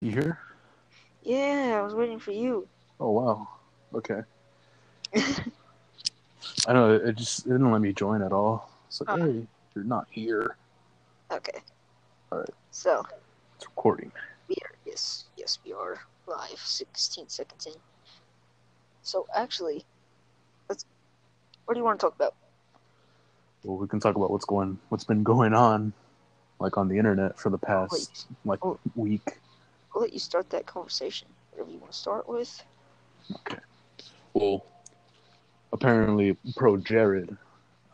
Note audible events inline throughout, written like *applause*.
You here? Yeah, I was waiting for you. Oh wow. Okay. *laughs* I know it just it didn't let me join at all. It's like, Oh. hey, you're not here. Okay. Alright. So It's recording. we are yes, yes we are live. Sixteen seconds in. So actually, let's. What do you want to talk about? Well, we can talk about what's going, what's been going on, like on the internet for the past Wait, like Oh. week. I'll let you start that conversation. Whatever you want to start with. Well, apparently, pro Jared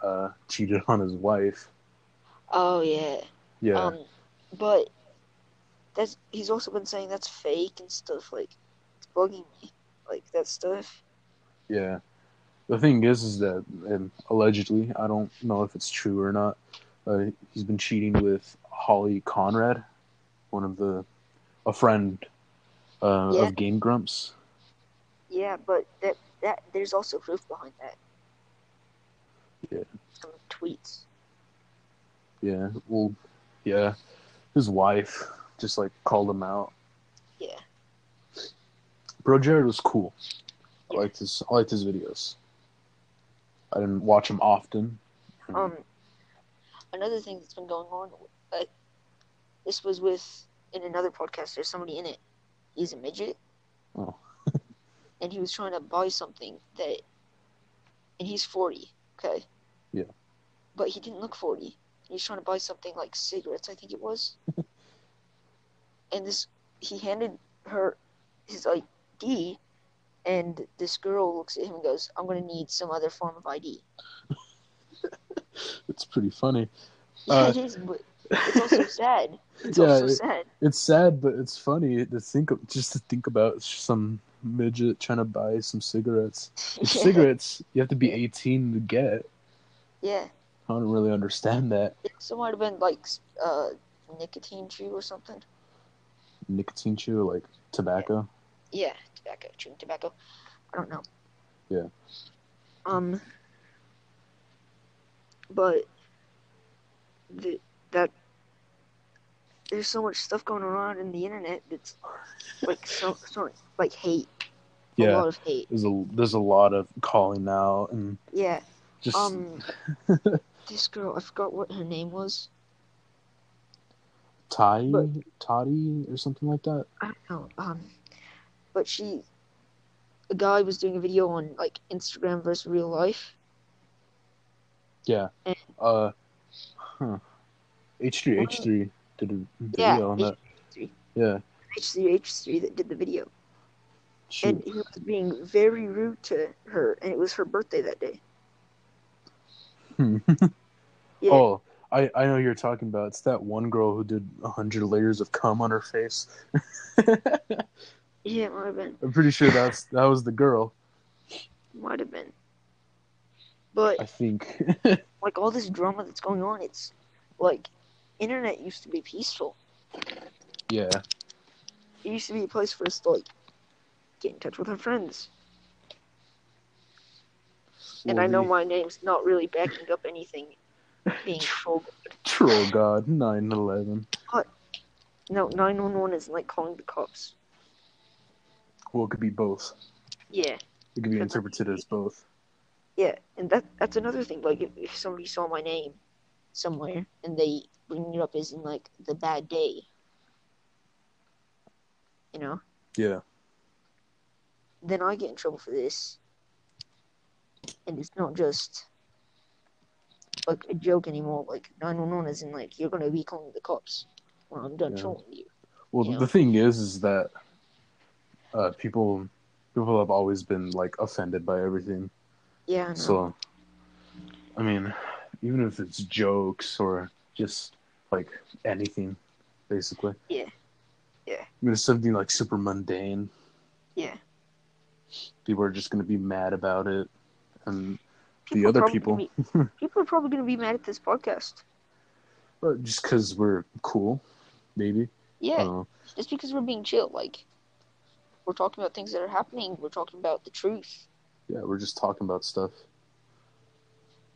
uh, cheated on his wife. Oh yeah. Yeah, Um, but that's he's also been saying that's fake and stuff like it's bugging me. Like that stuff. yeah. The thing is, is that and allegedly, I don't know if it's true or not. Uh, he's been cheating with Holly Conrad, one of the, a friend uh, Yeah. of Game Grumps. Yeah, but that that there's also proof behind that. Yeah. Some tweets. Yeah, well, yeah, his wife just like called him out. Yeah. Bro, Jared was cool. I Yeah. liked his I liked his videos. I didn't watch him often. Um, Mm-hmm. another thing that's been going on, uh, this was with in another podcast. There's somebody in it. He's a midget. Oh. *laughs* and he was trying to buy something that, and he's forty. Okay. Yeah. But he didn't look forty. He was trying to buy something like cigarettes, I think *laughs* it was. and this, he handed her his ID, and this girl looks at him and goes, "I'm gonna need some other form of ID." *laughs* It's pretty funny. Yeah, Uh, it is, but *laughs* it's also sad. It's Yeah, also it- sad. It's sad, but it's funny to think of, just to think about some midget trying to buy some *laughs* cigarettes. Which Yeah. Cigarettes you have to be 18 to get. Yeah. I don't really understand that So it might have been like uh, nicotine chew or something. nicotine chew like tobacco. Yeah, tobacco, chewing tobacco. I don't know. Yeah. Um. But the, that there's so much stuff going around in the internet that's like so, so like hate. A lot of hate. there's a there's a lot of calling out and Yeah. just *laughs* Um. this girl, I forgot what her name was. tie but- toddy or something like that. I don't know. Um, but she, a guy was doing a video on like Instagram versus real life. Yeah. Mm. Uh, huh. H three H three did a video Yeah, on that. H3. Yeah, H three H three that did the video, shoot. and he was being very rude to her, and it was her birthday that day. Hmm. *laughs* Yeah, Oh, I I know who you're talking about. It's that one girl who did a hundred layers of cum on her face. *laughs* yeah, it might have been, I'm pretty sure that's that was the girl. might have been. But I think. *laughs* like all this drama that's going on, it's like internet used to be peaceful. yeah, It used to be a place for us to like get in touch with our friends. And Well, I know the my name's not really backing up anything *laughs* being troll. troll god nine eleven. No, 911 is like calling the cops. Well, it could be both. Yeah. It could be Could interpreted as both. Yeah, and that that's another thing. Like, if, if somebody saw my name somewhere and they bring it up as in, like, the bad day, you know, Yeah. then I get in trouble for this. And it's not just, like, a joke anymore. Like, 911 is in, like, you're going to be calling the cops when I'm done Yeah. trolling you. Well, Yeah. the thing is, is that uh, people people have always been like offended by everything. Yeah, I know. So, I mean, even if it's jokes or just like anything, basically. Yeah. Yeah. I mean, it's something like super mundane. yeah. People are just going to be mad about it, and The are other probably *laughs* gonna be- people are probably going to be mad at this podcast. uh, just because we're cool, maybe. I Yeah. don't know. just because we're being chill, like we're talking about things that are happening, we're talking about the truth. Yeah, we're just talking about stuff.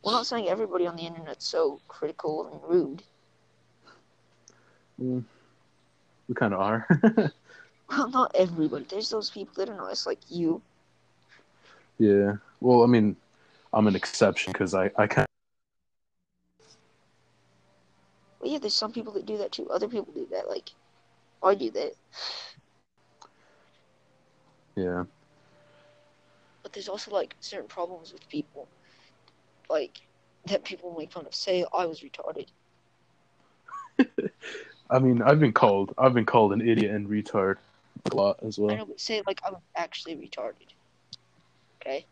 We're not saying everybody on the internet's so critical and rude. Mm. We kind of are. *laughs* *laughs* Well, not everybody. There's those people that are nice, like you. Yeah. Well, I mean, I'm an exception because I I kind But yeah, there's some people that do that too. Other people do that. Like, I do that. yeah. But there's also like certain problems with people, like that people make fun of. Say I was retarded. I mean, I've been called I've been called an idiot and retard a lot as I well. know, but say like I'm actually retarded. Okay.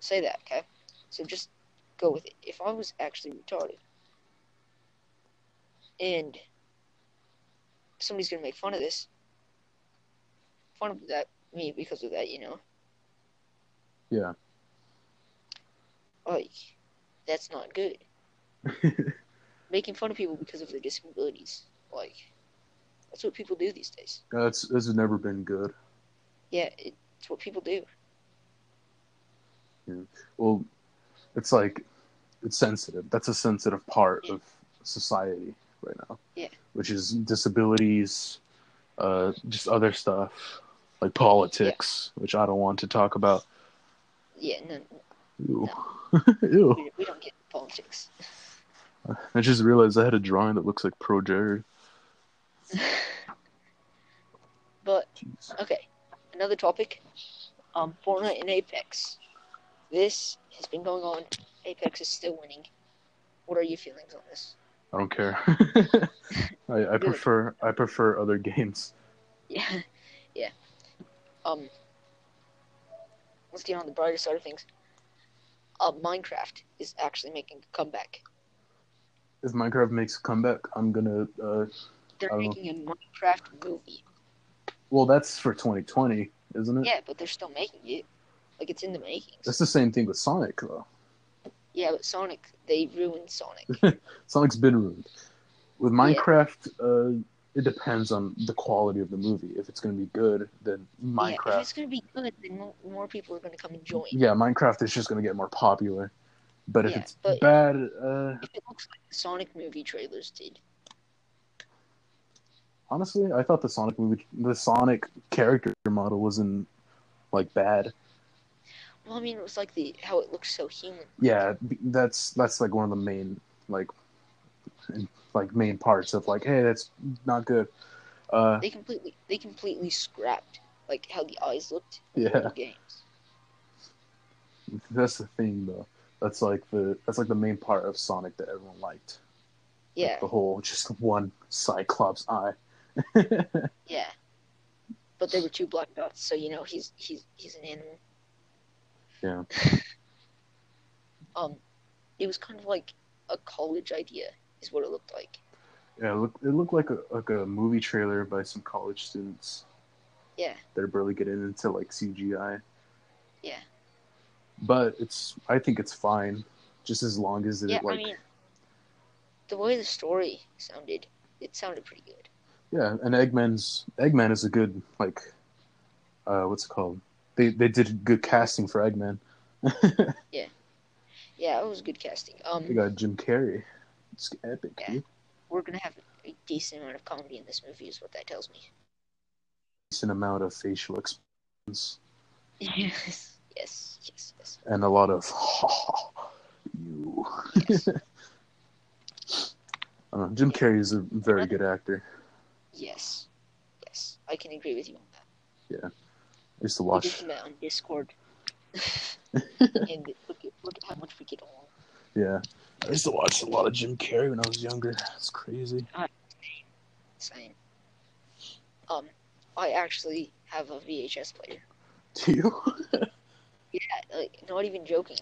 Say that. Okay. So just go with it. If I was actually retarded, and somebody's gonna make fun of this, fun of that me because of that, you know. Yeah. like that's not *laughs* good. Making fun of people because of their disabilities, like that's what people do these days. That's this has never been good. Yeah, it's what people do. Well, it's like it's sensitive. That's a sensitive part Yeah. of society right now. Yeah. Which is disabilities, uh, just other stuff like politics, which I don't want to talk about. Yeah, no, Ew. *laughs* Ew. we, we don't get politics. *laughs* I just realized I had a drawing that looks like Pro Jerry. But Jeez. okay, another topic: um, Fortnite and Apex. This has been going on. Apex is still winning. What are your feelings on this? I don't care. *laughs* I, I prefer I prefer other games. Yeah, *laughs* yeah. Um, let's get on the brighter side of things. Uh, Minecraft is actually making a comeback. If Minecraft makes a comeback, I'm gonna. Uh, I don't They're know. making a Minecraft movie. well, that's for 2020, isn't it? Yeah, but they're still making it. Like it's in the makings. That's the same thing with Sonic though. Yeah, but Sonic, they *laughs* ruined Sonic. Sonic's been ruined. With Yeah. Minecraft, uh, it depends on the quality of the movie. If it's gonna be good, then Yeah, if it's Minecraft. gonna be good, then more, more people are gonna come and join. Yeah, Minecraft is just gonna get more popular. But if Yeah, it's but- bad, uh, If it looks like the Sonic movie trailers did. Honestly, I thought the Sonic movie, the Sonic character model wasn't like bad. Well, I mean, it was like the how it looks so human. Yeah, b- that's that's like one of the main like in- like main parts of like, hey, that's not good. Uh, They completely they completely scrapped like how the eyes looked in the yeah, old games. that's the thing though. That's like the that's like the main part of Sonic that everyone liked. Like, Yeah, the whole just one Cyclops eye. yeah. But there were two black dots, so you know he's he's he's an animal. Yeah, *laughs* Um, it was kind of like a college idea, is what it looked like. yeah. It looked, it looked like a like a movie trailer by some college students Yeah, that are barely getting into like CGI. yeah. but it's I think it's fine, just as long as it Yeah, like I mean, the way the story sounded, it sounded pretty good. yeah, and Eggman's Eggman is a good like, uh, what's it called? They they did good casting for Eggman. Yeah, it was good casting. They Um, got Jim Carrey. It's epic. Yeah. dude. we're gonna have a decent amount of comedy in this movie, is what that tells me. Decent amount of facial expressions Yes, yes, yes, yes. and a lot of *laughs* you. Yes. I don't know. Uh, Jim Carrey is a very good actor. yes, yes. I can agree with you on that. I used to We just watch. met on *laughs* Discord, and look at look at how much we get along. Yeah, I used to watch a lot of Jim Carrey when I was younger. It's crazy. Same. Um, I actually have a VHS player. *laughs* Do you? like not even joking.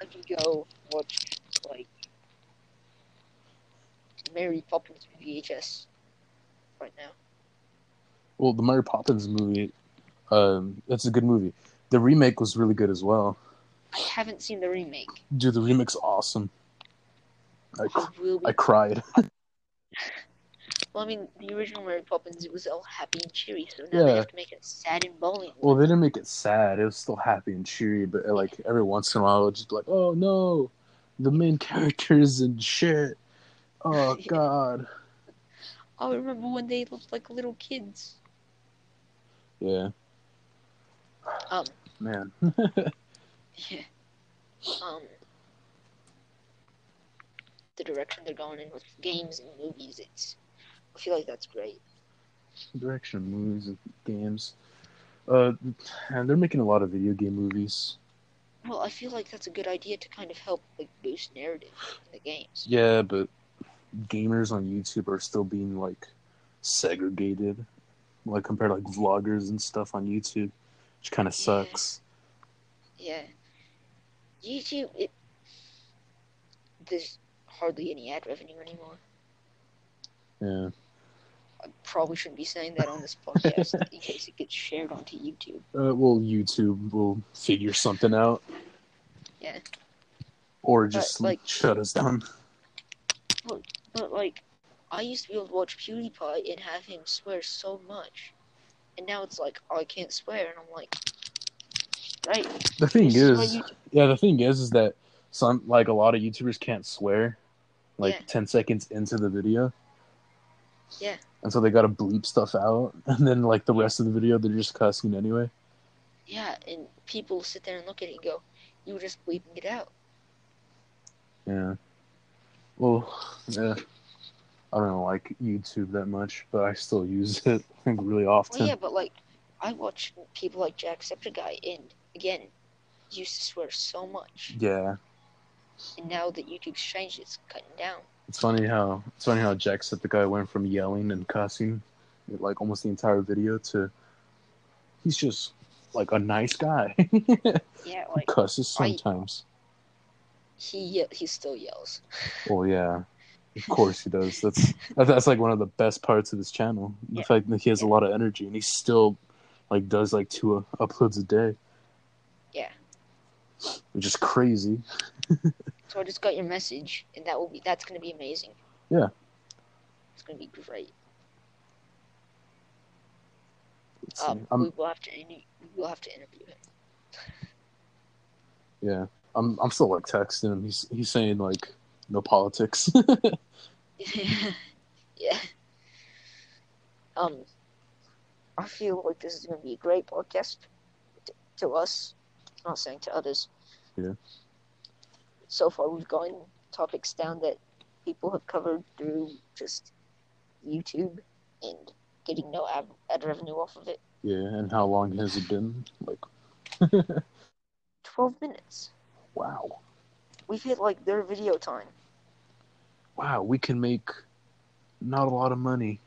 I could go watch like Mary Poppins on VHS right now. Well, the Mary Poppins movie, um, that's a good movie. The remake was really good as well. I haven't seen the remake. Dude, the remake's awesome. I, I cr- will be. I cried. well, I mean, the original Mary Poppins it was all happy and cheery, so now they Yeah. have to make it sad and bawling. Well, they didn't make it sad. It was still happy and cheery, but uh, like every once in a while, it would just be like, oh no, *laughs* the main characters and shit. Oh Yeah. god. I remember when they looked like little kids. Yeah, Um, man. *laughs* yeah. Um, the direction they're going in with games and movies, it's. I feel like that's great. Direction of movies and games. Uh, and they're making a lot of video game movies. Well, I feel like that's a good idea to kind of help like boost narrative in the games. Yeah, but gamers on YouTube are still being like segregated, like compared to like vloggers and stuff on YouTube, which kind of sucks. Yeah. YouTube, it, there's hardly any ad revenue anymore. Yeah, I probably shouldn't be saying that on this podcast in case it gets shared onto YouTube. uh, well, YouTube will figure something out. Yeah. Or just like- shut us down. But, like, I used to be able to watch PewDiePie and have him swear so much. And now it's like, oh, I can't swear. And I'm like, right. *laughs* The thing this is why is, YouTube- yeah, the thing is, is that some like a lot of YouTubers can't swear, like Yeah. ten seconds into the video. Yeah. And so they gotta bleep stuff out, *laughs* and then like the rest of the video, they're just cussing anyway. yeah, and people sit there and look at it and go, you were just bleeping it out. Yeah. Well, yeah. I don't like YouTube that much, but I still use it *laughs* like really often. Well, Oh, yeah, but like I watch people like Jacksepticeye, and again, he used to swear so much, yeah. and now that YouTube's changed, it's cutting down. It's funny how it's funny how Jacksepticeye went from yelling and cussing like almost the entire video to he's just like a nice guy. *laughs* Yeah, like cusses I- sometimes. he ye- he still yells. Oh yeah. Of course he does. That's that's that's, like one of the best parts of this channel. The Yeah. fact that he has a Yeah. lot of energy and he still like does like two uh, uploads a day, Yeah. which is crazy. So I just got your message, and that will be that's gonna be amazing. Yeah. It's gonna be great. Let's see. Um, I'm- we will have to inter- we will have to interview him. Yeah, I'm. I'm still like texting him. He's he's saying like no politics. *laughs* *laughs* yeah. Um, I feel like this is going to be a great podcast t- to us. I'm not saying to others. Yeah. So far, we've gotten topics down that people have covered through just YouTube and getting no ad, ad revenue off of it. yeah, and how long has it been? Like, 12 minutes. wow, We've hit like their video time. wow, we can make not a lot of money.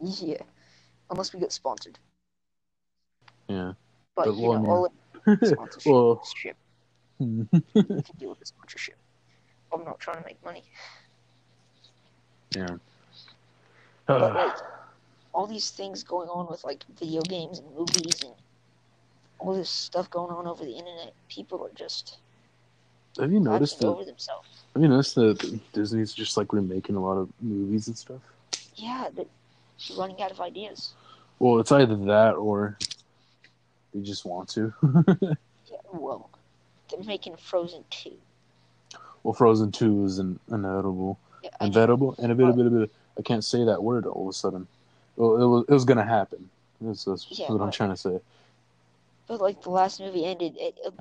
Yeah. Unless we get sponsored. Yeah. But, But you well, know, all *laughs* sponsorship. well, sponsorship. hmm, we can deal with this sponsorship. I'm not trying to make money. yeah. But Uh, like all these things going on with like video games and movies and all this stuff going on over the internet, people are just have you noticed noticed that? over themselves. Have you noticed that Disney's just like remaking a lot of movies and stuff? Yeah, they're running out of ideas. Well, it's either that or they just want to. *laughs* Yeah, well, they're making Frozen two. well, Frozen Two is an inevitable. Yeah, I know. inevitable, inevitable. inevitable. I can't say that word all of a sudden. Well, it was it was gonna happen. That's, that's Yeah, what I'm but- trying to say. but like the last movie ended at a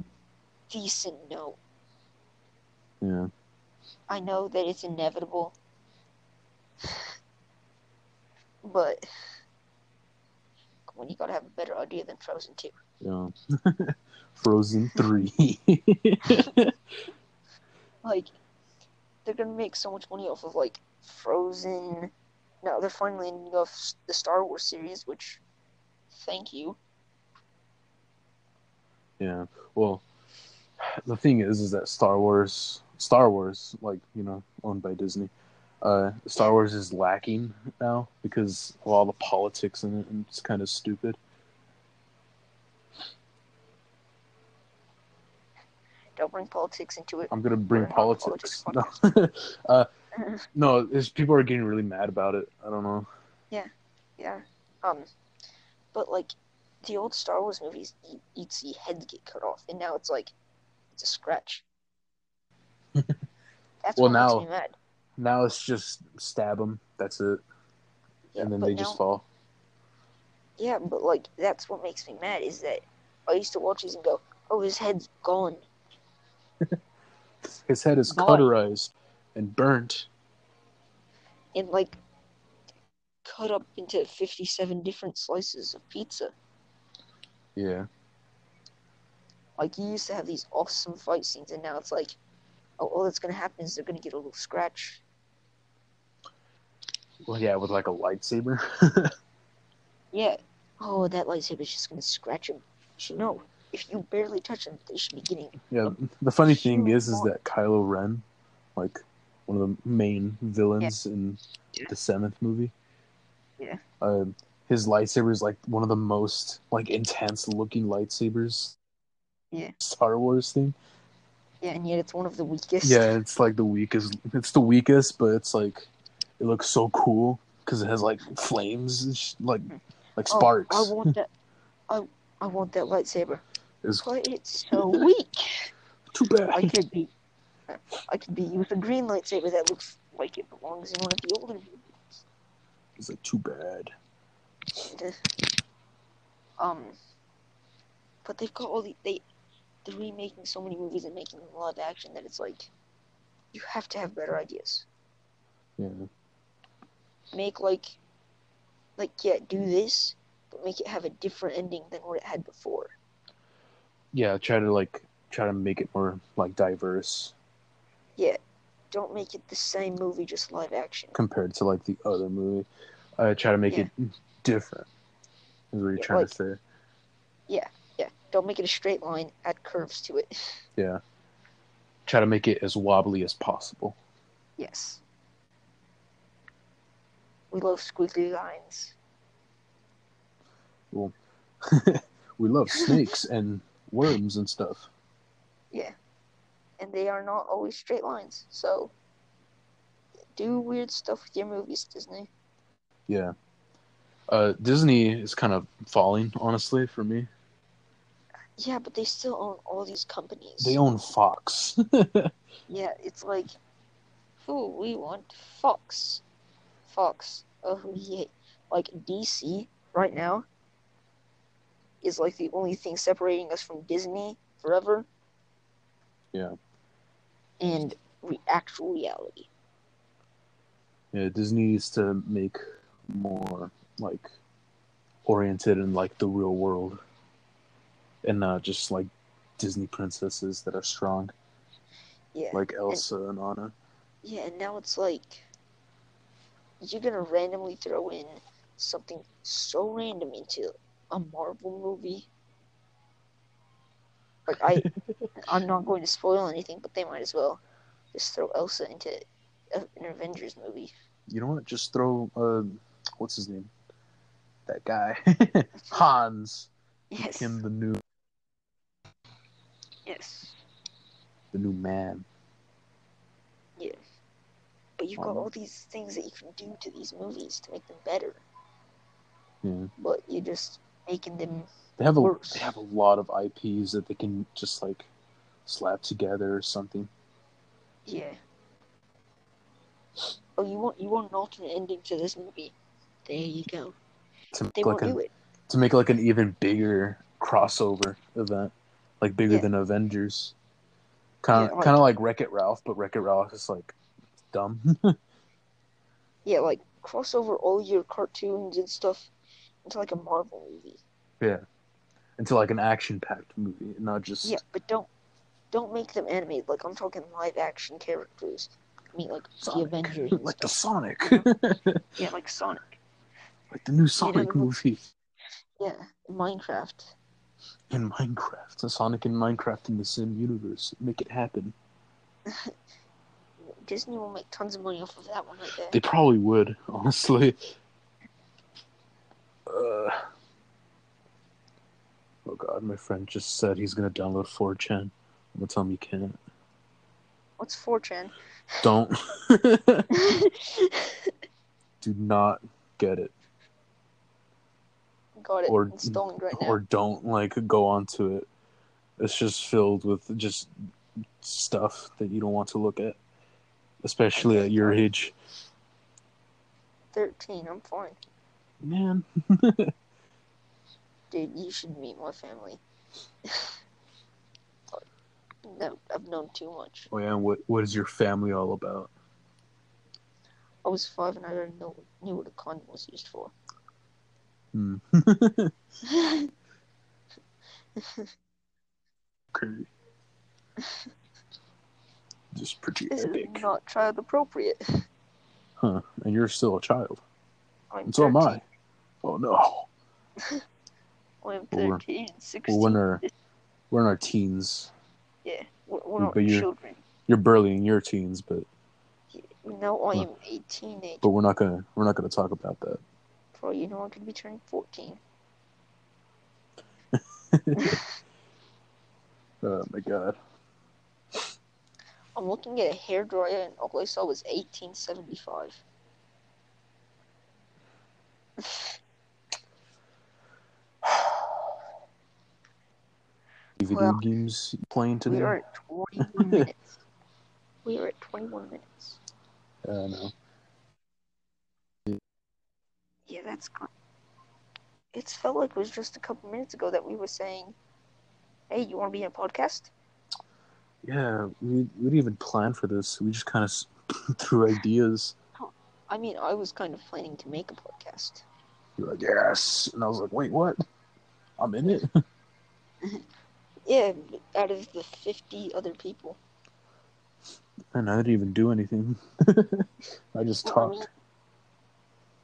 decent note. Yeah, I know that it's inevitable, but when you gotta have a better idea than Frozen two. you know. *laughs* Frozen *laughs* Three. like they're gonna make so much money off of like Frozen. No, they're finally ending off s- the Star Wars series, which thank you. yeah. Well, the thing is, is that Star Wars, Star Wars, like you know, owned by Disney. Uh, Star Wars is lacking now because of all the politics in it, and it's kind of stupid. Don't bring politics into it. I'm gonna bring We're not a politics. politics *laughs* no, uh, no, it's, people are getting really mad about it. I don't know. yeah. Um, but like the old Star Wars movies, you, you'd see heads get cut off, and now it's like it's a scratch. That's Well, what now- makes me mad. Now it's just stab him. That's it. Yeah, and then but they now, just fall. Yeah, but like that's what makes me mad is that I used to watch these and go, "Oh, his head's gone." His head is Boy. cauterized and burnt. and like cut up into 57 different slices of pizza. Yeah, Like you used to have these awesome fight scenes, and now it's like, oh, all that's gonna happen is they're gonna get a little scratch. well, yeah, with like a lightsaber. *laughs* Yeah. Oh, that lightsaber's just gonna scratch him. No, if you barely touch them, they should be getting. Yeah, the funny thing Huge is, is that mark. Kylo Ren, like one of the main villains in the seventh movie, Yeah. uh, his lightsaber is like one of the most like intense looking lightsabers. Yeah. Star Wars thing. Yeah, and yet it's one of the weakest. Yeah, it's like the weakest. It's the weakest, but it's like it looks so cool because it has like flames, and sh- like like Oh, sparks. I want that. I I want that lightsaber. It's But it's *laughs* so weak. too bad. I could be. I could be with a green lightsaber that looks like it belongs in one of the older movies. It's like too bad. Um, but they've got all the they they're remaking so many movies and making them live action that it's like you have to have better ideas. Yeah, Make like like yeah, do this, but make it have a different ending than what it had before. yeah. Try to like try to make it more like diverse Yeah, don't make it the same movie just live action. compared to like the other movie. I try to make Yeah. it different. Is what you're Yeah, trying like- to say? Yeah, don't make it a straight line. Add curves to it. *laughs* Yeah. Try to make it as wobbly as possible. Yes. We love squiggly lines. We love snakes and worms and stuff. Yeah. And they are not always straight lines. So do weird stuff with your movies, Disney. Yeah. Uh, Disney is kind of falling, honestly, for me. Yeah, but they still own all these companies. They own Fox. yeah, it's like who we want Fox. Fox. Oh who he hate. Like DC right now is like the only thing separating us from Disney forever. Yeah. And re- actual reality. yeah, Disney needs to make more like oriented in like the real world, and not just like Disney princesses that are strong, Yeah. like Elsa and Anna. Yeah, and now it's like you're gonna randomly throw in something so random into a Marvel movie. Like *laughs* I, I'm not going to spoil anything, but they might as well just throw Elsa into a- an Avengers movie. You know what? Just throw uh, what's his name? That guy, *laughs* Hans. Yes. Him, the new Yes. the new man. Yeah. But you've got Um, all these things that you can do to these movies to make them better, Yeah. but you're just making them. They have a Worse. they have a lot of IPs that they can just like slap together or something. Yeah. Oh, you want you want an alternate ending to this movie? There you go. To They make like won't an do it. to make like an even bigger crossover event, like bigger Yeah. than Avengers. Kind of Yeah, like- kind of like Wreck It Ralph, but Wreck It Ralph is like dumb. *laughs* Yeah, like cross over all your cartoons and stuff into like a Marvel movie. Into like an action packed movie, and not just Yeah, but don't don't make them animated. Like I'm talking live action characters. I mean, like Sonic. the Avengers. *laughs* and like the stuff. Sonic, yeah, like Sonic. like the new Sonic know- movie Yeah, Minecraft. in Minecraft. The Sonic in Minecraft in the Sim universe. Make it happen. Disney will make tons of money off of that one right there. They probably would, *laughs* honestly. Uh, oh god, my friend just said he's gonna download 4chan. I'm gonna tell him you can't. What's *laughs* 4chan? Don't. Do not get it. *laughs* Got it. Or- Installing right now. Or don't, like, go onto it. It's just filled with just stuff that you don't want to look at. Especially at your age. 13. I'm fine. Man, Dude, you should meet my family. *sighs* no, I've known too much. oh yeah, and what what is your family all about? I was five and I already know, knew what a condom was used for. Hmm. Okay. *laughs* Just pretty this is epic, not child appropriate. huh? And you're still a child, I'm and so am 13. I. Oh no! I'm Well, we're- 13, 16. Well, we're in our we're in our teens. yeah, we're, we're but not you're- children. You're barely in your teens, but No, I Huh. am a teenager. but we're not gonna we're not gonna talk about that. Bro, you know I'm gonna be turning 14. Oh my god. I'm looking at a hairdryer and all I saw was 1875. Any Video Well, games you playing today? We are at 21 minutes. We are at 21 minutes. I don't know. Yeah, that's gone. It's felt like it was just a couple minutes ago that we were saying, hey, you want to be in a podcast? Yeah, we we didn't even plan for this. We just kind of *laughs* threw ideas. I mean, I was kind of planning to make a podcast. You're like, yes, and I was like, wait, what? I'm in it. *laughs* Yeah, out of the 50 other people. And I didn't even do anything. *laughs* I just Well, I mean- talked.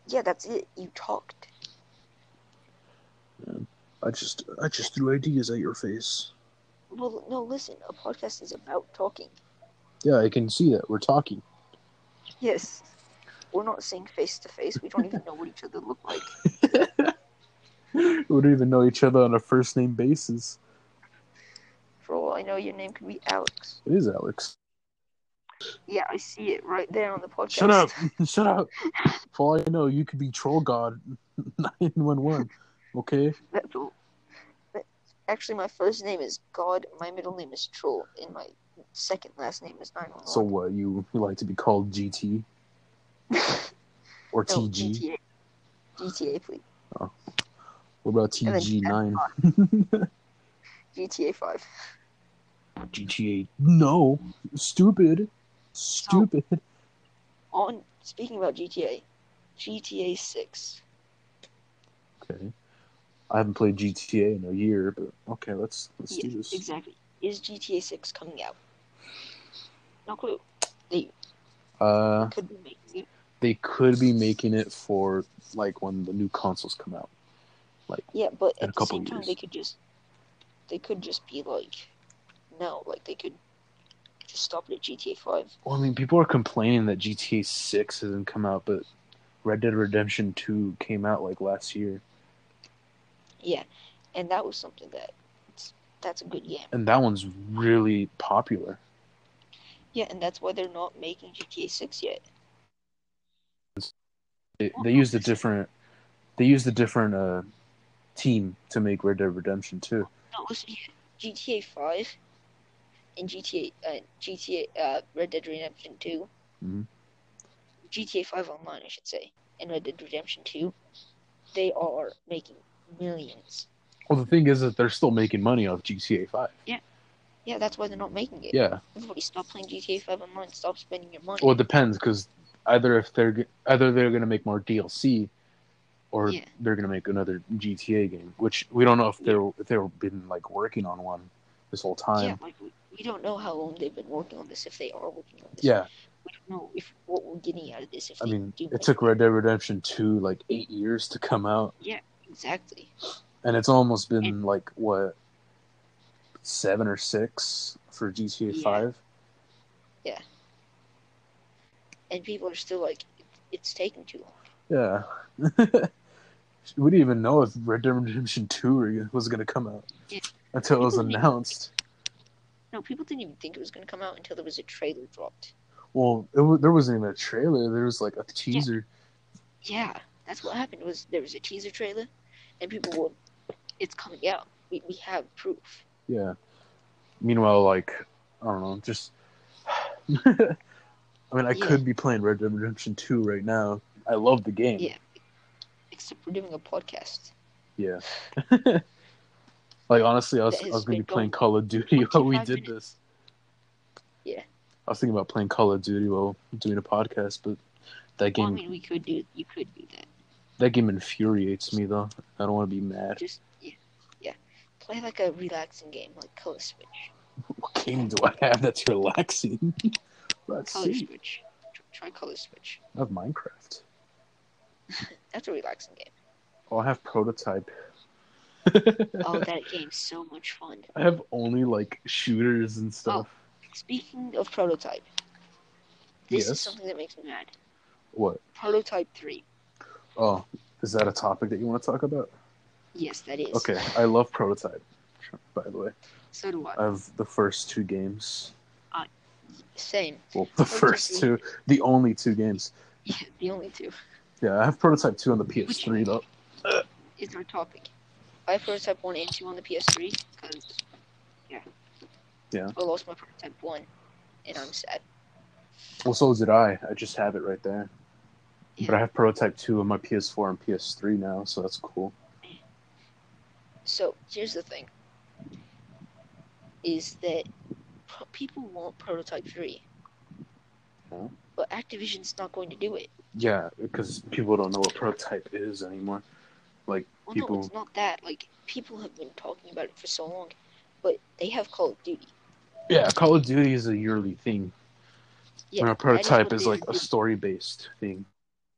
Yeah, that's it. You talked. I just I just threw ideas at your face. Well, no, listen, a podcast is about talking. Yeah, I can see that. We're talking. Yes. We're not seeing face to face. We don't even know what each other look like. We don't even know each other on a first name basis. For all I know, your name could be Alex. It is Alex. Yeah, I see it right there on the podcast. Shut up! *laughs* Shut up! For all I know, you could be Troll God *laughs* nine one one. Okay. That's all. But Actually, my first name is God. My middle name is Troll, and my second last name is Nine One So what you, you like to be called *laughs* GT or no, TG? GTA. GTA, please. What about And then TG nine? GTA Five. GTA? No, stupid, stupid. On speaking about GTA, GTA Six. Oh. Okay. I haven't played GTA in a year, but okay, let's let's Yeah, do this. exactly. Is GTA Six coming out? No clue. They Uh, could be making it. they could be making it for like when the new consoles come out. Yeah, but In a at the couple same time, years. they could just they could just be like, no, like they could just stop it at GTA Five. Well, I mean, people are complaining that GTA Six hasn't come out, but Red Dead Redemption Two came out like last year, Yeah, and that was something that that's a good game. and that one's really popular. Yeah, and that's why they're not making GTA Six yet. They, they used a different, they used a different uh, team to make Red Dead Redemption Two. No, listen here. GTA Five and GTA uh, GTA uh, Red Dead Redemption 2 Mhm. GTA Five Online, I should say, and Red Dead Redemption Two, they are making millions. Well, the thing is that they're still making money off GTA Five. Yeah, that's why they're not making it. Yeah. Everybody stop playing GTA Five Online. Stop spending your money. Well, it depends because either if they're g- either they're gonna make more DLC, or Yeah. they're gonna make another GTA game, which we don't know if they're if they've been like working on one this whole time. yeah, like we, we don't know how long they've been working on this. If they are working on this, yeah. we don't know if what we're getting out of this. If I they mean, do it make took Red Dead Redemption 2 like eight years to come out, exactly. and it's almost been And- like what seven or six for GTA Yeah. 5. and people are still like, it, it's taking too long. Yeah, *laughs* we didn't even know if Red Dead Redemption 2 were- was going to come out Yeah. until it was People didn't- announced. No, people didn't even think it was going to come out until there was a trailer dropped. Well, it w- there wasn't even a trailer, there was like a teaser. Yeah, that's what happened. Was there was a teaser trailer, and people were, it's coming out. We we have proof. Yeah. Meanwhile, like, I don't know, just. *laughs* I mean, I Yeah. could be playing Red Dead Redemption 2 right now I love the game. Yeah. Except we're doing a podcast. Yeah. *laughs* like honestly, I was That I has was gonna be been playing going Call of Duty while we 25 did minutes. this. Yeah. I was thinking about playing Call of Duty while doing a podcast, but that Well, I game mean, we could do. You could do that. that game infuriates me though. I don't want to be mad. Just yeah, yeah. Play like a relaxing game, like Color Switch. What game do I have that's relaxing? *laughs* Let's Color see. Switch. Tr- Try Color Switch. I have Minecraft. That's a relaxing game. Oh, I have Prototype. Oh, that game's so much fun. I have only like shooters and stuff. Oh. Speaking of Prototype, this Yes. is something that makes me mad. What? Prototype Three. Oh, is that a topic that you want to talk about? Yes, that is. Okay, I love Prototype. By the way, So do I. I have the first two games. Same. *laughs* Well, the *laughs* first two, the only two games. Yeah, the only two Yeah, I have Prototype 2 on the PS3 though. is our topic. I have Prototype One and Two on the PS3 because yeah, Yeah. I lost my Prototype One, and I'm sad. Well, so did I. I just have it right there. Yeah. But I have Prototype 2 on my PS4 and PS3 now, so that's cool. So here's the thing: is that pro- people want Prototype Three, Huh? but Activision's not going to do it. Yeah, because people don't know what Prototype is anymore. Like, Well, no, people. it's not that. Like people have been talking about it for so long, but they have Call of Duty. Yeah, Call of Duty is a yearly thing. Yeah, and our that prototype what is they like a do. story based thing.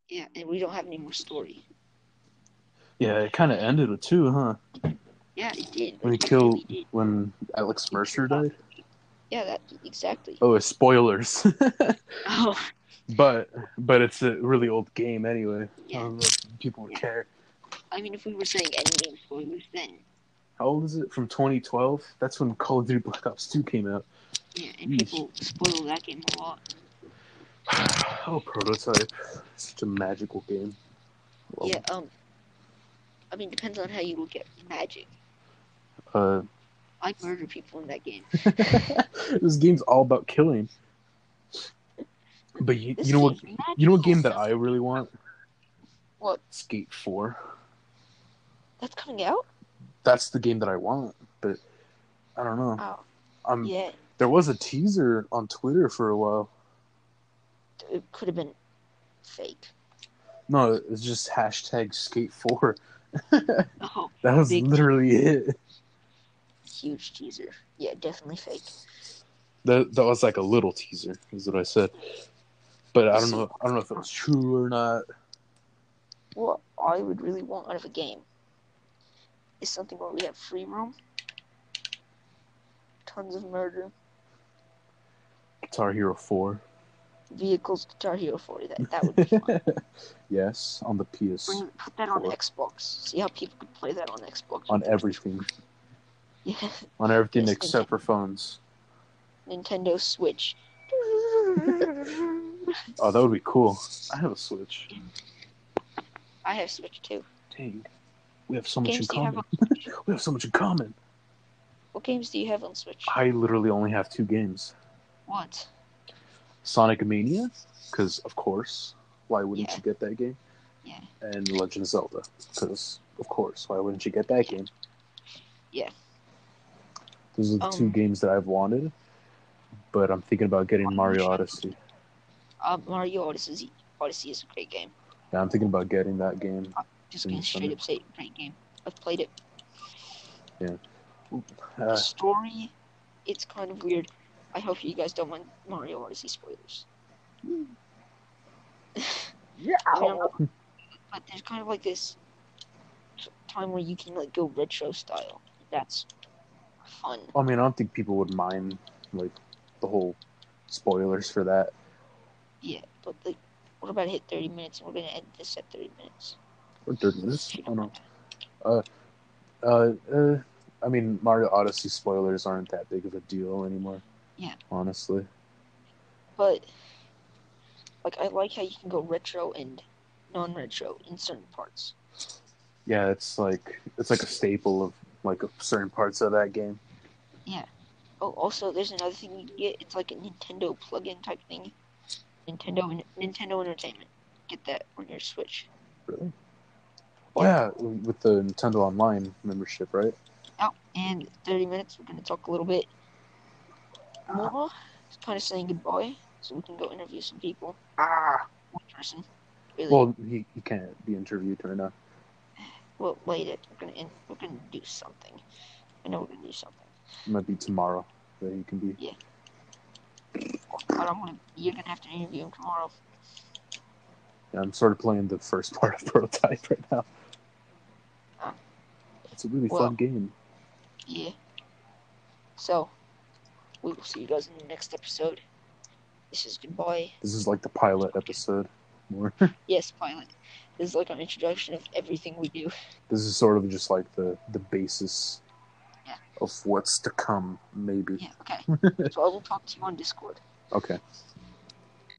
yeah, and we don't have any more story. Yeah, it kind of ended with 2, huh? Yeah, it did. When he It killed- really did. When Alex Mercer died. Yeah, that exactly. Oh, spoilers. *laughs* Oh, but but it's a really old game anyway. I yeah. don't know if people would Yeah. care. I mean, if we were saying endgame spoilers, then how old is it? From 2012? That's when Call of Duty Black Ops 2 came out. *sighs* yeah, Yeesh. and people spoil that game a lot. oh, prototype. Such a magical game. Well, Yeah. Um. I mean, depends on how you look at magic. uh, *laughs* I murder people in that game. this game's all about killing. But *laughs* you, This you know what? game's magical. You know what game *laughs* that I really want? What? Skate 4. That's coming out? That's the game that I want. But I don't know. Oh, I'm, yeah. There was a teaser on Twitter for a while. It could have been fake. No, it was just hashtag Skate 4. Oh, *laughs* That was Big- literally it. huge teaser. Yeah, definitely fake. That that was like a little teaser, is what I said. But I don't know. I don't know if it was true or not. What I would really want out of a game is something where we have free roam, tons of murder, Guitar Hero Four. *laughs* vehicles, Guitar Hero 40. That that would be fun. yes, on the PS, Bring, put that on Cool. Xbox. See how people could play that on Xbox. on everything, *laughs* Yeah, on everything Yes, except for phones. *laughs* Nintendo Switch. Oh, that would be cool. I have a Switch. I have Switch too. Dang, we have so much in Games do you have common. on, We have so much in common. what games do you have on Switch? I literally only have two games: What? Sonic Mania, because of course, why wouldn't Yeah. you get that game? Yeah. And Legend of Zelda, because of course, why wouldn't you get that game? Yeah. Those are the two Um, games that I've wanted, but I'm thinking about getting Why Mario would you- Odyssey. Uh, Mario Odyssey. Odyssey is a great game. Yeah, I'm thinking about getting that game. Just gonna Mm, straight up say great game. I've played it. The Uh, story, it's kind of weird. I hope you guys don't mind Mario Odyssey spoilers. I mean, I'm- but there's kind of like this t- time where you can like go retro style. That's fun. I mean, I don't think people would mind like the whole spoilers for that. Yeah, but like, what about hit 30 minutes? and We're gonna end this at 30 minutes. Or thirty minutes. You I don't know. want that. Uh, uh, I mean, Mario Odyssey spoilers aren't that big of a deal anymore. Yeah. Honestly. But like, I like how you can go retro and non-retro in certain parts. Yeah, it's like it's like a staple of like certain parts of that game. Oh, also, there's another thing you can get. It's like a Nintendo plug-in type thing. Nintendo Nintendo Entertainment. get that on your Switch. Really? Oh, Yeah, with the Nintendo Online membership, right? Oh, and 30 minutes, we're going to talk a little bit more. It's kind of saying goodbye, so we can go interview some people. Ah. One person. Really. Well, Well, he, he can't be interviewed right now. wait, it. We're going to we're gonna do something. I know we're going to do something. It might be tomorrow that he can be. But I'm gonna, you're going to have to interview him tomorrow. Yeah, I'm sort of playing the first *laughs* part of Prototype right now. Ah. It's a really Well. fun game. Yeah. So, we will see you guys in the next episode. This is goodbye. This is like the pilot episode. More. Yes, pilot. This is like our introduction of everything we do. this is sort of just like the the basis Yeah. of what's to come, maybe. Yeah, okay. so I will talk to you on Discord. Okay.